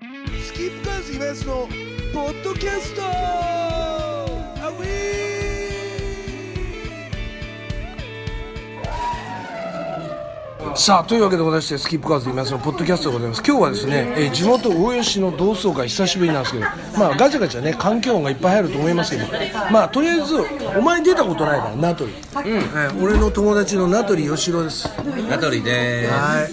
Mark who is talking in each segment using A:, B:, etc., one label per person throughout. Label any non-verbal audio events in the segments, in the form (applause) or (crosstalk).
A: キープカーズイベントのポッドキャストアウィーさあというわけでございましてスキップカーズ今のポッドキャストでございます今日はですね、えー地元大吉の同窓会久しぶりなんですけどまあガチャガチャね環境音がいっぱい入ると思いますけどまあとりあえずお前出たことないから名取、えー俺の友達の名取義郎です
B: 名取で
A: は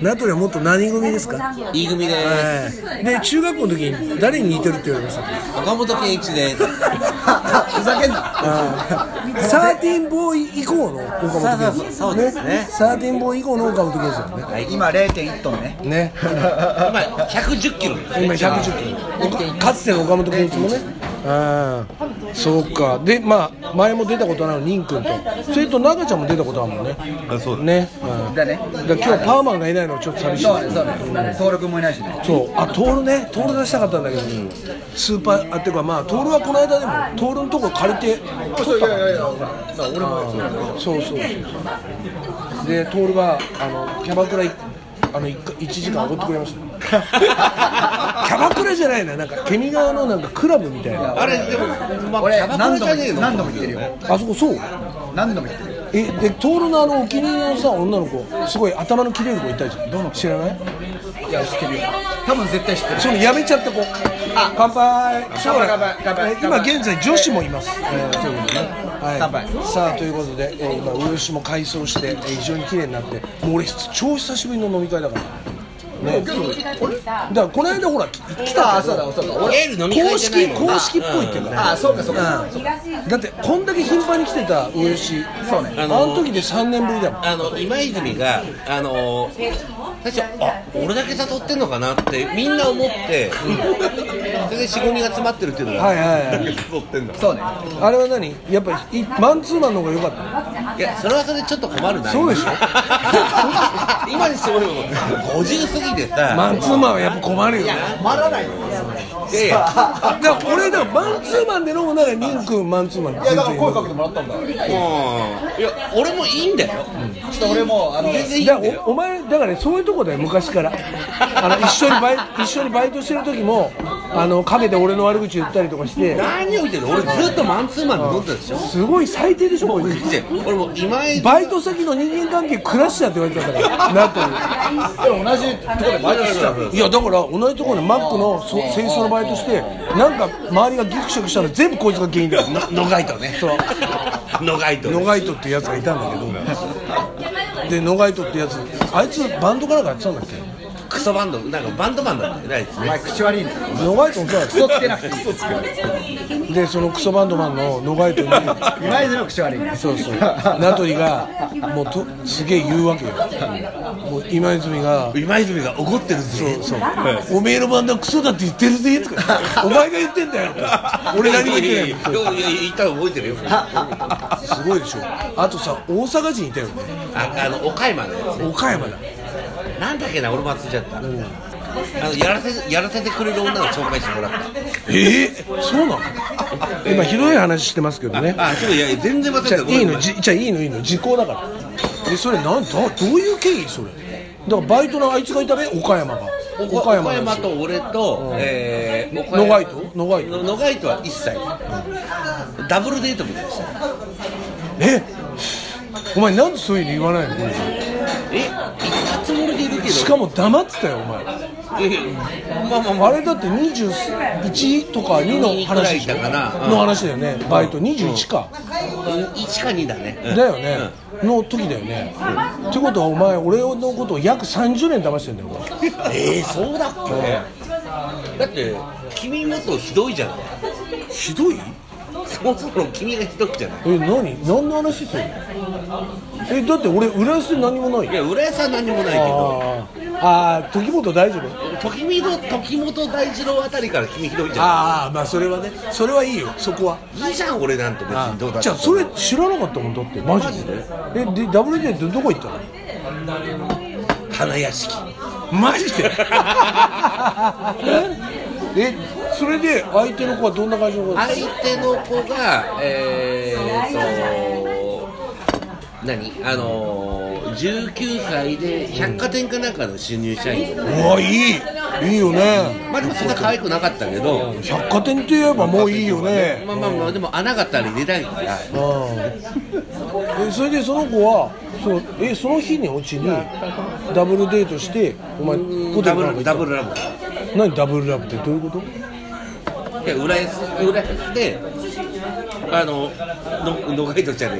A: い名取はもっと何組ですか
B: ーす。E 組でーす。
A: はいで中学校の時に誰に似てるって言われました
B: 岡本健一でーす。ふざけんな。
A: サーティンボーイ以降の岡本圭
B: そうそうそうですね
A: サーティンボーイ以降の岡本圭司だよ
C: はい今0.1トンね
A: ねね
B: 今110キロですね。
A: 今110キロかつての岡本圭一もねああそうかでまあ前も出たことあるのにんくんとそれと中ちゃんも出たことあるもんね
D: あそうだ
A: ね、うん、だ
C: だね
A: から今日パーマンがいないのはちょっと寂しい
C: そうねそうね登録もいないしね
A: そうあトールねトール出したかったんだけど、スーパーあっていうかまあトールはこの間でもトールのとこ借りて取ったからねそうそうそうそうでトールがあのキャバクラいあの 1, 時間おごってくれました (laughs) キャバクラじゃないななんかケミ川のなんかクラブみたいな
B: あれでもまあ
C: 俺
B: キャバクラ
C: 何
B: じ
C: 度
B: ゃ
C: も
B: ねえの。
C: 何度も言ってるよ
A: あそこそう
C: 何度も言ってるよ
A: えでトールのあのお気に入りのさ女の子すごい頭の切れる子いたじゃんどの知らない
C: いや知ってるよ多分絶対知ってる
A: そのやめちゃった子乾杯そうだ
C: 乾杯乾杯
A: え今現在女子もいます、えーということでねはい
C: 乾杯
A: さあということで、えー、今上吉も改装して、えー非常に綺麗になってもう俺超久しぶりの飲み会だからねだからこの間ほらき来た
C: あそうだそうだ俺
B: エール飲み会
A: 公
B: じゃない
A: 式
B: もんな。
A: 公式っぽいっていうかね
C: あそうかそうかそうか
A: だってこんだけ頻繁に来てた上吉
C: そうね
A: あ
B: あ
A: の
B: のー
A: 時で3年ぶりだ
B: (laughs)
A: もん
B: あの今泉があの最初あ俺だけ誘ってんのかなってみんな思って、それで四五人が詰まってるっていうのが、
A: はいはいはい
D: 撮ってんだ
C: そうね
A: あれは何やっぱりいマンツーマンの方が良かった
B: いやそれはそれでちょっと困るな。
A: そうでしょ
B: 今にしても五十過ぎてさ、
A: マンツーマンはやっぱ困るよね
C: 困らないよ
B: いやいや
A: だから俺だからマンツーマンで飲むならリン君マンツーマンいや
C: けてもらったんだちょ
B: もういや俺もいいんだよ。
C: っと俺もうあの
B: 全然いいんだ
A: だ
B: よ
A: か。らおお前だから、ね、そういうとこだよ昔
C: (laughs)
A: からあの一緒にバイ一緒にバイトしてる時もあの陰で俺の悪口言ったりとかして
B: 何を言ってんの俺ずっとマンツーマンで飲んでたでしょ
A: すごい最低でしょこいつ
B: で俺もう今井
A: バイト先の人間関係クラッシャーって言われてたからなってる
C: でも同じとこでバイトしてた
A: いやだから同じところでマックのそ清掃のバイトしてなんか周りがギクシャクしたの全部こいつが原因だよ
B: 野外とね
A: そう
B: 野外と
A: ノガイトってやつがいたんだけどでノガイトってやつあいつバンドからかやってたんだっけ
B: クソバンドなんかバンドマンだったよねあいつ
C: お
B: ね
C: 前口悪いね
A: ノガイトもそうだっ
C: 嘘つけなくていい
A: たでそのクソバンドマンのノガイトに
C: 今泉の口悪いね
A: そうそう名取がもうとすげえ言うわけよもう今泉が
B: 今泉が怒ってるぜ
A: そうおめえのバンドはクソだって言ってるぜとかお前が言ってんだよとか俺何も言ってない
B: よいや言ったの覚えてるよあ
A: すごいでしょあとさ大阪人いたよね
B: あの岡山のやつね
A: 岡山だ
B: なんだっけな俺も忘れちゃったあのやらせやらせてくれる女の紹介してもらった
A: ええそうなの今ひどい話してますけどね
B: あそういや全然忘れ
A: じ
B: て
A: ゃ
B: た
A: あ
B: ご
A: い
B: め
A: い
B: んご
A: の
B: めん
A: じじゃあいいのいいの時効だからえそれなんだどういう経緯それだからバイトのあいつがいたね岡山が
B: お岡山と俺と、えー、岡
A: 野
B: 山
A: 外と野外と
B: 野外とは一切ダブルデートみたいでしたよ
A: えお前なんでそういうの言わないの
B: え行ったつもりでいるけど
A: しかも黙ってたよお前
B: いやいやまあまあまあ
A: あれだって21とか2の話でしょ
B: 22くらいだかな
A: の話だよねバイト21か
B: 1か2だねうん
A: だよねの時だよねってことはお前俺のことを約30年騙してんだよお前
B: えー、そうだっけだって君もっとひどいじゃない
A: ひどい
B: そもそも君がひどいじゃない
A: え何何の話するえだって俺裏安で何もない
B: いや浦安は何もないけど
A: あーあー時元大丈夫
B: 時見の時本大二郎あたりから君ひどいじゃ
A: ああまあそれはねそれはいいよそこは
B: ないいいじゃん俺なんて別にどうだって
A: じゃあそれ知らなかったもんだってマジでえで W デートどこ行ったの
B: 花屋敷
A: マジで (laughs) えそれで相手の子はどんな感じの子だった
B: 相手の子がえー、っと何あのー、19歳で百貨店かなんかの新入社員、
A: うわいいいいよね
B: まあでもそんな可愛くなかったけど
A: 百貨店って言えばもういいよね
B: まあまあまあでも穴があったら入れたいから
A: えそれでその子はそうえその日にうちにダブルデートしてお前ホテ
B: ダ
A: ル
B: ブ
A: なんか行った
B: ルダブルラブ
A: 何ダブルラブってどういうこと
B: いや浦安浦安であのの野ガイドちゃね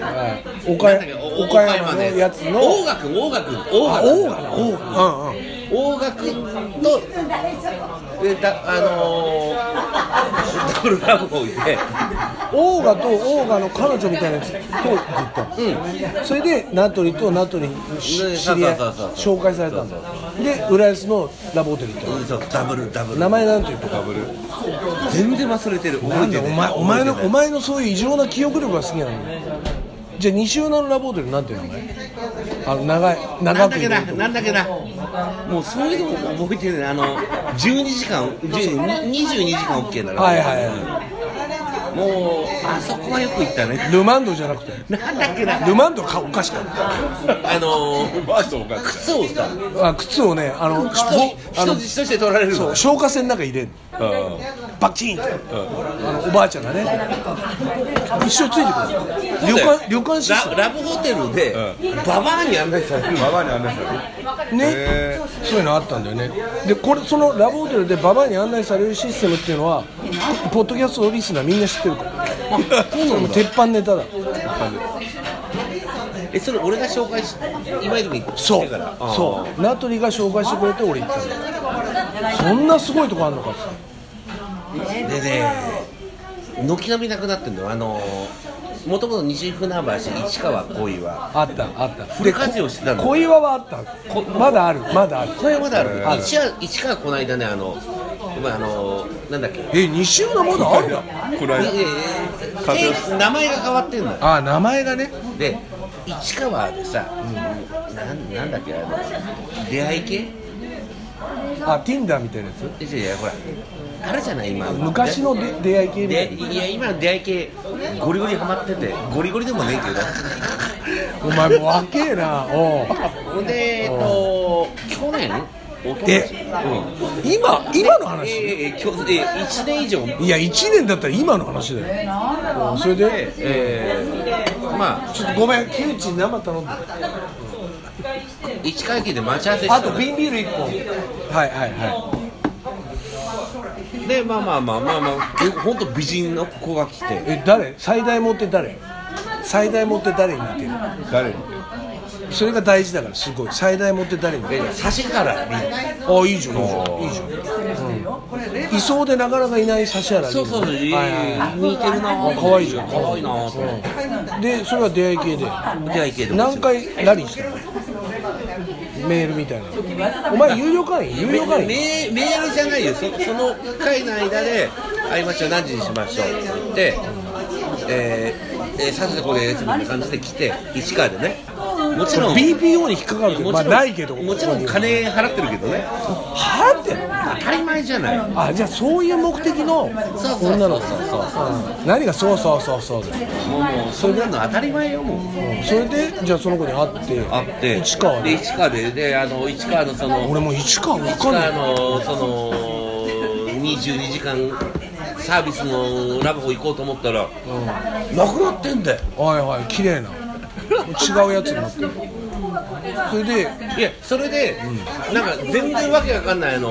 B: えよ
A: 岡
B: なんだっけ
A: 山
B: お
A: 岡山のやつの
B: 大賀君大賀君大
A: あ
B: 賀
A: 大
B: 君
A: 河だ大河うんうん
B: 大賀君とでだあのー、ダブルラブを入れ
A: 大河と大河の彼女みたいなやつとずっとそれで名取と名取に
B: ね
A: し知り合い
B: そうそうそうそう
A: 紹介されたんだで浦安のラブホテル行ったの
B: うんそうダブルダブル
A: 名前なんていうと
B: ダブル全然忘れてる覚
A: な
B: え
A: ん
B: て
A: だ
B: る
A: お前お前のお前のそういう異常な記憶力が好きなのよじゃあ西尾のラブホテルなんていう名前あの長い
B: な
A: 長
B: ん
A: く
B: だっ
A: い
B: け
A: ると
B: な
A: こ
B: なんだっけなもうそういうの覚えてるねあの12時間10 22時間 OK なら
A: はいはいは
B: もうあそこはよく行ったね
A: いルマンドじゃなくて
B: なんだっけな
A: ルマンドかおかしかった
B: あのー、靴をさ
A: あ靴をねあのぼあ
B: 人
A: の
B: 質として取られる
A: そ
B: の
A: う消火栓の中に入れるバキーンとあのおばあちゃんがね一生ついてくる旅館旅館システ
B: ララブホテルで、ババアに案内される
D: ババアに案内される
A: ムねそういうのあったんだよねでこれそのラブホテルでババアに案内されるシステムっていうのはポポッドキャストリスナーみんな知ってるからそうなの鉄板ネタだ
B: えそれ俺が紹介し今泉君
A: そ
B: だから
A: うそう名取が紹介してくれて俺行ったんだよそんなすごいとこあんのかって
B: でね軒並みなくなってんのよあのー、もともと西船橋市川恋は
A: あったあった
B: フル活用してたの
A: 小岩はあったこまだあるまだある
B: これまだある
A: ある
B: 市川市川この間ねあのまああのー、なんだっけ
A: え西浦まだあるんだ
D: これ
B: いやいやい
D: 活
B: や
D: 用
B: え名前が変わってんのよ
A: あ名前がね
B: で市川でさ、なんなんだっけあの出会い系
A: あ Tinder みたいなやつ
B: えいやいやほらあるじゃない今
A: 昔ので出会い系みた
B: で
A: いない
B: や今の出会い系ゴリゴリハマっててゴリゴリでもねえけ
A: お前もう若えなおう
B: どほんでえっと去年おととし
A: え
B: うん
A: 今今の
B: え
A: 話
B: ええきょえ1年以上
A: いや1年だったら今の話だよおうそれで
B: えー、まあ
A: ちょっとごめんキウチ生頼んで
B: 市川駅で待ち合わせして
A: あと瓶ビール1本はいはいは
B: でまあまあまあまあまあえ本当美人の子が来て
A: いえ誰最大持って誰最大持って誰に似て
D: 誰に
A: るそれが大事だからすごい最大持って誰に似て
B: え
A: る
B: 指原莉
A: あいいじゃんいいじゃんいいじゃん、うん、いそうでなかなかいない指原
B: そうそうそう、
A: はい
B: い
A: はいはい
B: 似てるなぁ
A: 可愛いじゃん
B: 可愛いなぁと思って
A: でそれは出会い系で
B: 出会い系で
A: 何回ラリーしたのメールみたいなお前有料会員有料会員
B: メメールじゃないよそその回の間で「会いましょう何時にしましょう」って言って「えーえー、させてこれです」みたいな感じで来て市川でねもちろん
A: BPO に引っかかるけど
B: も
A: まあ
B: ちろん、
A: ないけど
B: もちろん金払ってるけどね
A: 払ってんの
B: 当たり前じゃない
A: あじゃあそういう目的の
B: そうそう
A: 女の子
B: そうそう
A: うん何がそうそうそうそうだよ
B: もうもうそんなの当たり前よもう
A: うんそれでじゃあその子に会って
B: あって
A: 市川
B: で
A: で
B: 市川でであの市川のその
A: 俺もう市川わかんな
B: あ
A: い
B: のその22時間サービスのラブホ行こうと思ったら、なくなってんだよ
A: はいはい綺麗な違うやつになってるそれで
B: いやそれで、なんか全然わけわかんないあの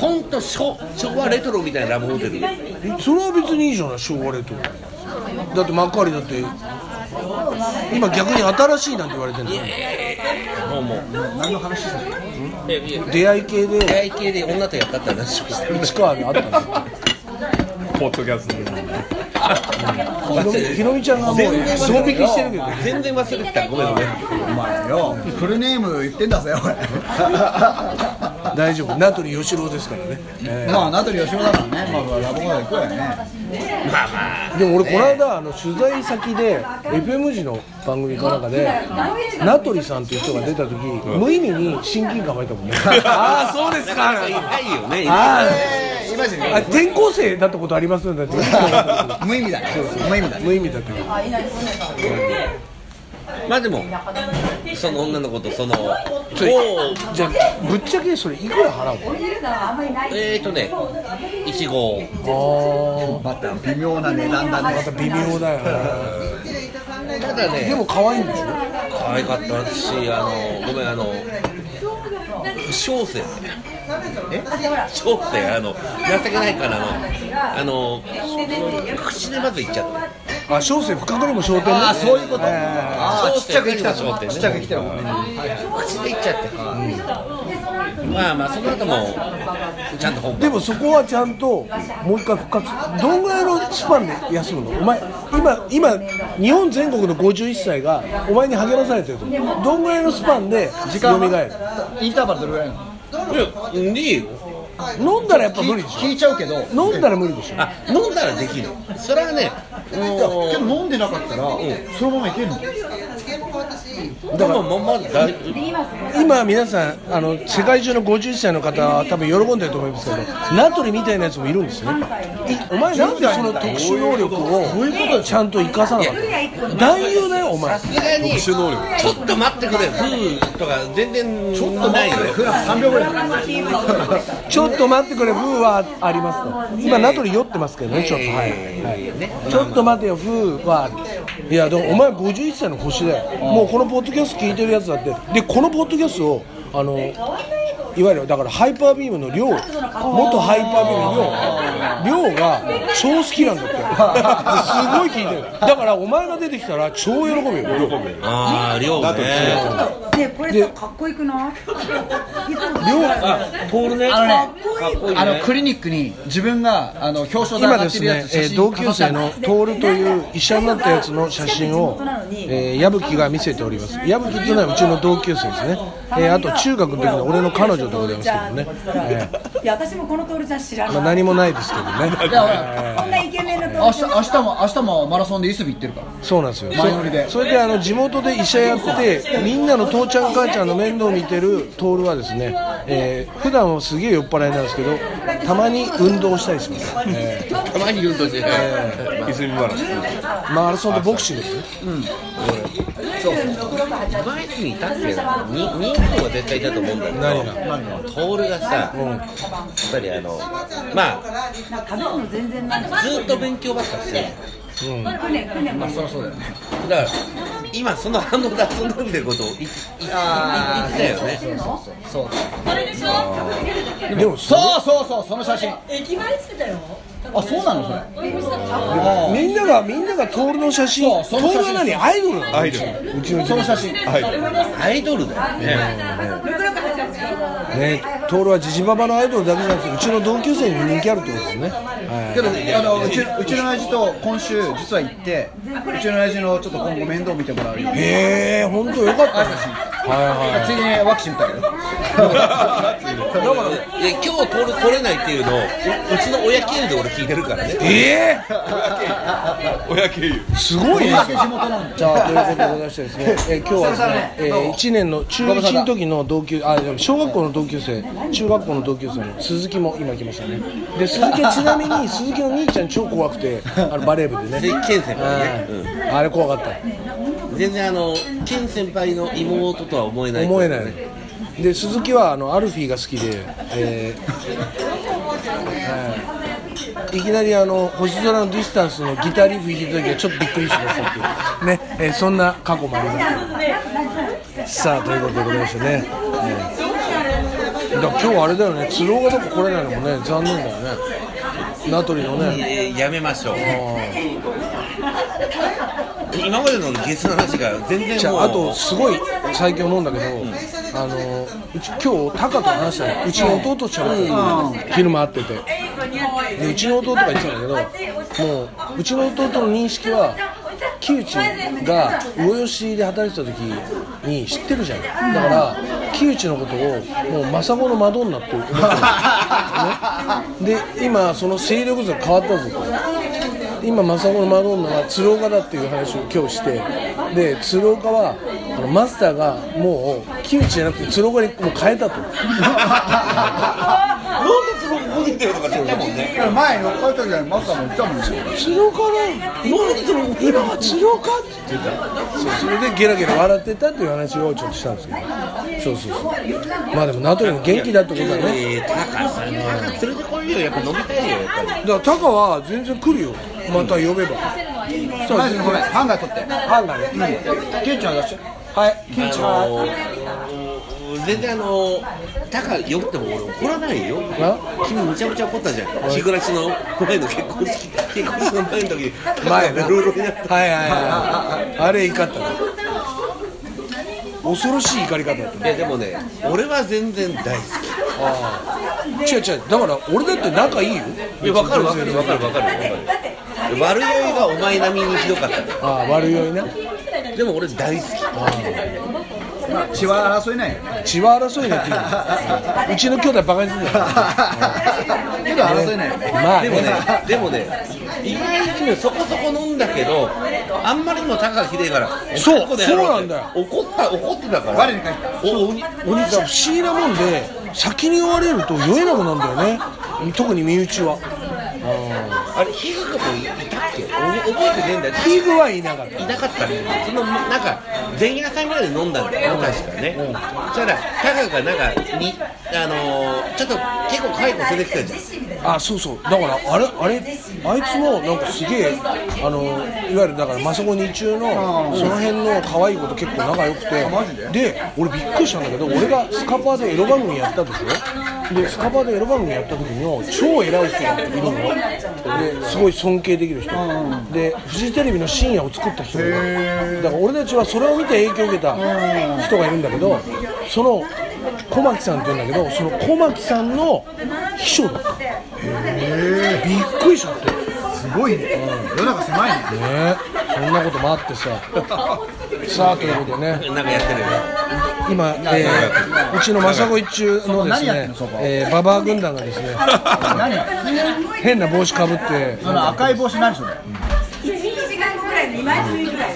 B: 本当昭昭和レトロみたいなラブホテル
A: それは別にいいじゃない昭和レトロだって幕張だって今逆に新しいなんて言われてるんだよ
B: もうもう何の話するいやいや
A: 出会い系
B: 出
A: で
B: 会い系で女とやったって話をして
A: 市川で会ったんで
D: ポッドキャストで
A: すよひろみちゃんがもう
B: 全然忘れ
A: ゾンビきしてるけど
B: 全然忘れてたごめんごめん
C: お前よフルネーム言ってんだぜ
B: (laughs)
C: 俺
A: 大丈夫名取義郎ですからね、え
C: まあ名取吉村だからねまあラボまで行くわよね
B: まあまあ
A: ーでも俺この間あの取材先で FM 時の番組かなんかで名取さんっていう人が出た時無意味に親近感湧いたもんね (laughs) ああそうですか
B: いないよね
A: あー
C: えー今じゃ
A: あ転校生だったことありますよねだって
C: 無意味だね無意味だね
A: 無意味だけど
B: まあでもその女の子とその
A: それ
B: おー
A: じゃあぶっちゃけそれいくら払う
B: えーとね1号
A: の
C: また微妙な値段だね。
A: ああ微妙だよね
B: ただね
A: でも可愛いんでしょ
B: 可愛かったしあのごめんあの小生え小生あの情けないからあのあの口でまず言っちゃった
A: あ小生深くにも商店ね
B: あーそういうこと
A: え
C: ああ、ちっちゃく来た
B: 小生
C: ぞ。
B: ね
C: ちっちゃく来たよ。
B: 口で言っちゃって、まあまあその後もちゃんと本
A: え
B: 番
A: でもそこはちゃんともう一回復活どんぐらいのスパンで休むのお前今今日本全国の51歳がお前に励まされてるとどんぐらいのスパンで
C: 時
A: 蘇
C: 間
A: る
C: はインターバルどれぐらいなの
B: いやいいよ
A: 飲んだらやっぱ無理でし
C: 聞いちゃうけど。
A: ょ飲んだら無理でしょ
B: あ飲んだらできるそれはね
C: いやけど飲んでなかったら、そのままいけるの
B: でもまあまあだい
A: 今皆さんあの世界中の50歳の方は多分喜んでると思いますけどナトリみたいなやつもいるんですよねお前なんでその特殊能力をちゃんと生かさなかったの男優だよお前
B: さすがにちょっと待ってくれふーとか全然ちょっとないよね
C: 3秒ぐらい。
A: ちょっと待ってくれ、ブーはありますと。今、名取酔ってますけどね、ちょっと。はい。はいちょっと待てよ、ブーはある。いや、でもお前51歳の星だよ。もうこのポッドキャスト聞いてるやつだって。で、このポッドキャストを、あの、いわゆるだからハイパービームの量元ハイパービームの量が超好きなんだ (laughs) ってすごい聞いてるだからお前が出てきたら超喜ぶよ
B: ああ量ね
E: ねこれさかっこよくないいつも
B: あポールね
C: あのね
B: かっこいいね
C: あのクリニックに自分があの表彰台
A: 今
C: 上が
A: で
C: って
A: す
C: るや
A: ね
C: つ、
A: えー
C: 写真
A: 同級生の徹という医者になったやつの写真を、えー矢吹が見せております矢吹っていうのはうちの同級生ですね、えーあと中学の時の俺の彼女でございますけどね、えー
E: いや私もこのトールちゃん知らない、
A: まあ、何もないですけどね、 (laughs)
C: いやほら
E: こんなイケメンのト
C: 明
E: ール
C: 日
E: ちゃん
C: 明日も明日もマラソンでいすび行ってるから
A: そうなんですよ
C: 前乗りで
A: そそれであの地元で医者やってみんなの父ちゃん母ちゃんの面倒を見てる徹はですね、えー普段はすげえ酔っ払いなんですけどたまに運動したりします、え
B: たまに言うとしてね
D: 泉原
A: ーマラソンとボクシングですね
B: 前にいたっけなに人気は絶対いたと思うんだけどトールがさやっぱりあのまあ
E: 食べるの全然ない
B: ずっと勉強ばっかしてる
E: くねくねも
C: そりゃそうだよね
B: だから今その反応が遊んでるってことを言ってたよね
C: そう
A: でもそ
C: そうそうそうその写真
F: 駅前っつってたよ。
C: あそうなのそれあ
A: みんながみんなが徹の写真徹
C: そうその写真
A: は何アイドルなの
D: アイドル
A: うちの
C: ーその写真
D: はい
B: アイドルだよね
A: ね徹はジジババのアイドルだけじゃなくてうちの同級生にも人気あるってことですね
C: けどあのうちうちの親父と今週実は行ってうちの親父のちょっと今後面倒見てもらうよ
A: へえ本当よかった
C: 挨
A: です
C: 拶に
A: はい
C: ついにワクチン打ったけど
B: だからで今日トール来れないっていうのをううちの親経由で俺聞いてるからね
A: ええ
D: 親経由
A: すごいね
C: 地元なん
A: (laughs)
C: だ
A: じゃあということでございましてですね、えー今日はですね、え
C: どうも
A: ー、1年の中1の時の同級あでも小学校の同級生中学校の同級生の鈴木も今来ましたねで鈴木はちなみに鈴木の兄ちゃん超怖くてあのバレー部で
B: で (laughs)
A: ね
B: ケン先輩ね、
A: はいあれ怖かった
B: うん全然あのケン先輩の妹とは思えない
A: 思えないで鈴木はあのアルフィーが好きで、えーはいいきなりあの星空のディスタンスのギターリフ弾いてた時はちょっとびっくりしましたっていうね、えーそんな過去もありますさあということでございましてね、えーだから今日あれだよね鶴岡とか来れないのもね残念だよね名取の
B: い
A: ね
B: やいややめましょう今までのゲスの話が全
A: じ
B: 然
A: ゃ
B: もう
A: ああとすごい最近思うんだけど、あのうち今日タカと話したのうちの弟と喋ってたの昼間会っててでうちの弟が言ってたんだけどもううちの弟の認識は木内が魚吉で働いてた時に知ってるじゃんだから木内のことをもう政子のマドンナって思ってる、ね、で今その勢力図が変わったぞと今政子のマドンナは鶴岡だっていう話を今日してで鶴岡はあのマスターがもう木内じゃなくて鶴岡にもう変えたとなんで鶴岡
B: 飲みに行ってるとか言ったもんね
C: だから前酔っ払った時はマスターも言ったもんね
A: 鶴岡だよ飲んでるの今は鶴岡って言ってたそうそれでゲラゲラ笑ってたっていう話をちょっとしたんですけどそうそうそうまあでも名取も元気だってことだね
B: えー、タカさん、タカ連れてこいよ、やっぱ飲みたいよ、やっぱり。
A: だからタカは全然来るよまた呼べば、そう
C: マジでごめんハンガー取って
A: ハンガーね
C: ケンちゃん出して
A: はいキンチ
B: あ
A: は
B: のー、全然あのー、タカ呼っても俺怒らないよ。君むちゃむちゃ怒ったじゃん。日暮らしの前の結婚式、結婚式の前の時に、
A: 前な
B: ルールになった。
A: はいはいはいあれ怒ったね恐ろしい怒り方だった
B: いやでもね、俺は全然大好
A: 違う違うだから俺だって仲いいよ
B: き。いや、わかるわかるわかるわかる。悪酔いがお前並みにひどかった。
A: ああ悪酔いな
B: でも俺大好き。
C: 血は争えないよ (laughs) ね
A: 血は争いだっていううちの兄弟バカにするんだよ
C: けど争えないよね
A: まあ
B: でもね、でもね、意外にねそこそこ飲んだけど、あんまりにも高がひでえから、
A: そう
B: 男でやろ
A: そうなんだよ
B: って怒った、怒ってたから、
C: 我に返った
B: お鬼
A: お兄ちゃん不思議なもんで先に追われると酔えなくなるんだよね特に身内は
B: あれ、ヒグもいたっけ、お覚えてねえんだよ、
A: ヒグはいなかった
B: いなかったね、そのなんか、前夜祭まで飲んだんだよ、確かね、そしたら、タカがなんかに、あのー、ちょっと結構解雇連れてきたじゃん。
A: あそうそうだからあれあれあいつもなんかすげえあのいわゆるだからマサゴ日中のその辺の可愛い子と結構仲良くて
C: マジで
A: 俺びっくりしたんだけど俺がスカパーでエロ番組やったでしょでスカパーでエロ番組やった時の超偉い人がいるのですごい尊敬できる人でフジテレビの深夜を作った人がいるだから俺たちはそれを見て影響を受けた人がいるんだけどその小牧さんって言うんだけどその小牧さんの秘書だったびっくりしちゃってね
C: すごいね世の中狭いね
A: そんなこともあってささあということでね
B: なんかやってるよね。
A: 今、えーうちのマサゴ一中のです
C: 何やってん
A: ね
C: のそこ、
A: えー、ババア軍団がですね
C: 何
A: 変な帽子かぶって
C: その赤い帽子何それ
E: 時間後ぐらいに2枚組ぐらい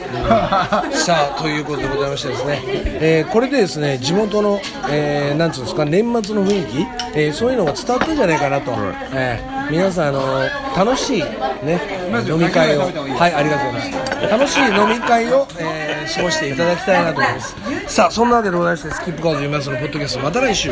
A: さあということでございましてですね、えーこれでですね地元の、えーなんつうんですか年末の雰囲気、えーそういうのが伝わったんじゃないかなと、えー皆さんあのー楽しいね飲み会をはいありがとうございます楽しい飲み会を、えー過ごしていただきたいなと思いますさあそんなわけでございましてスキップカード読みますのポッドキャストまた来週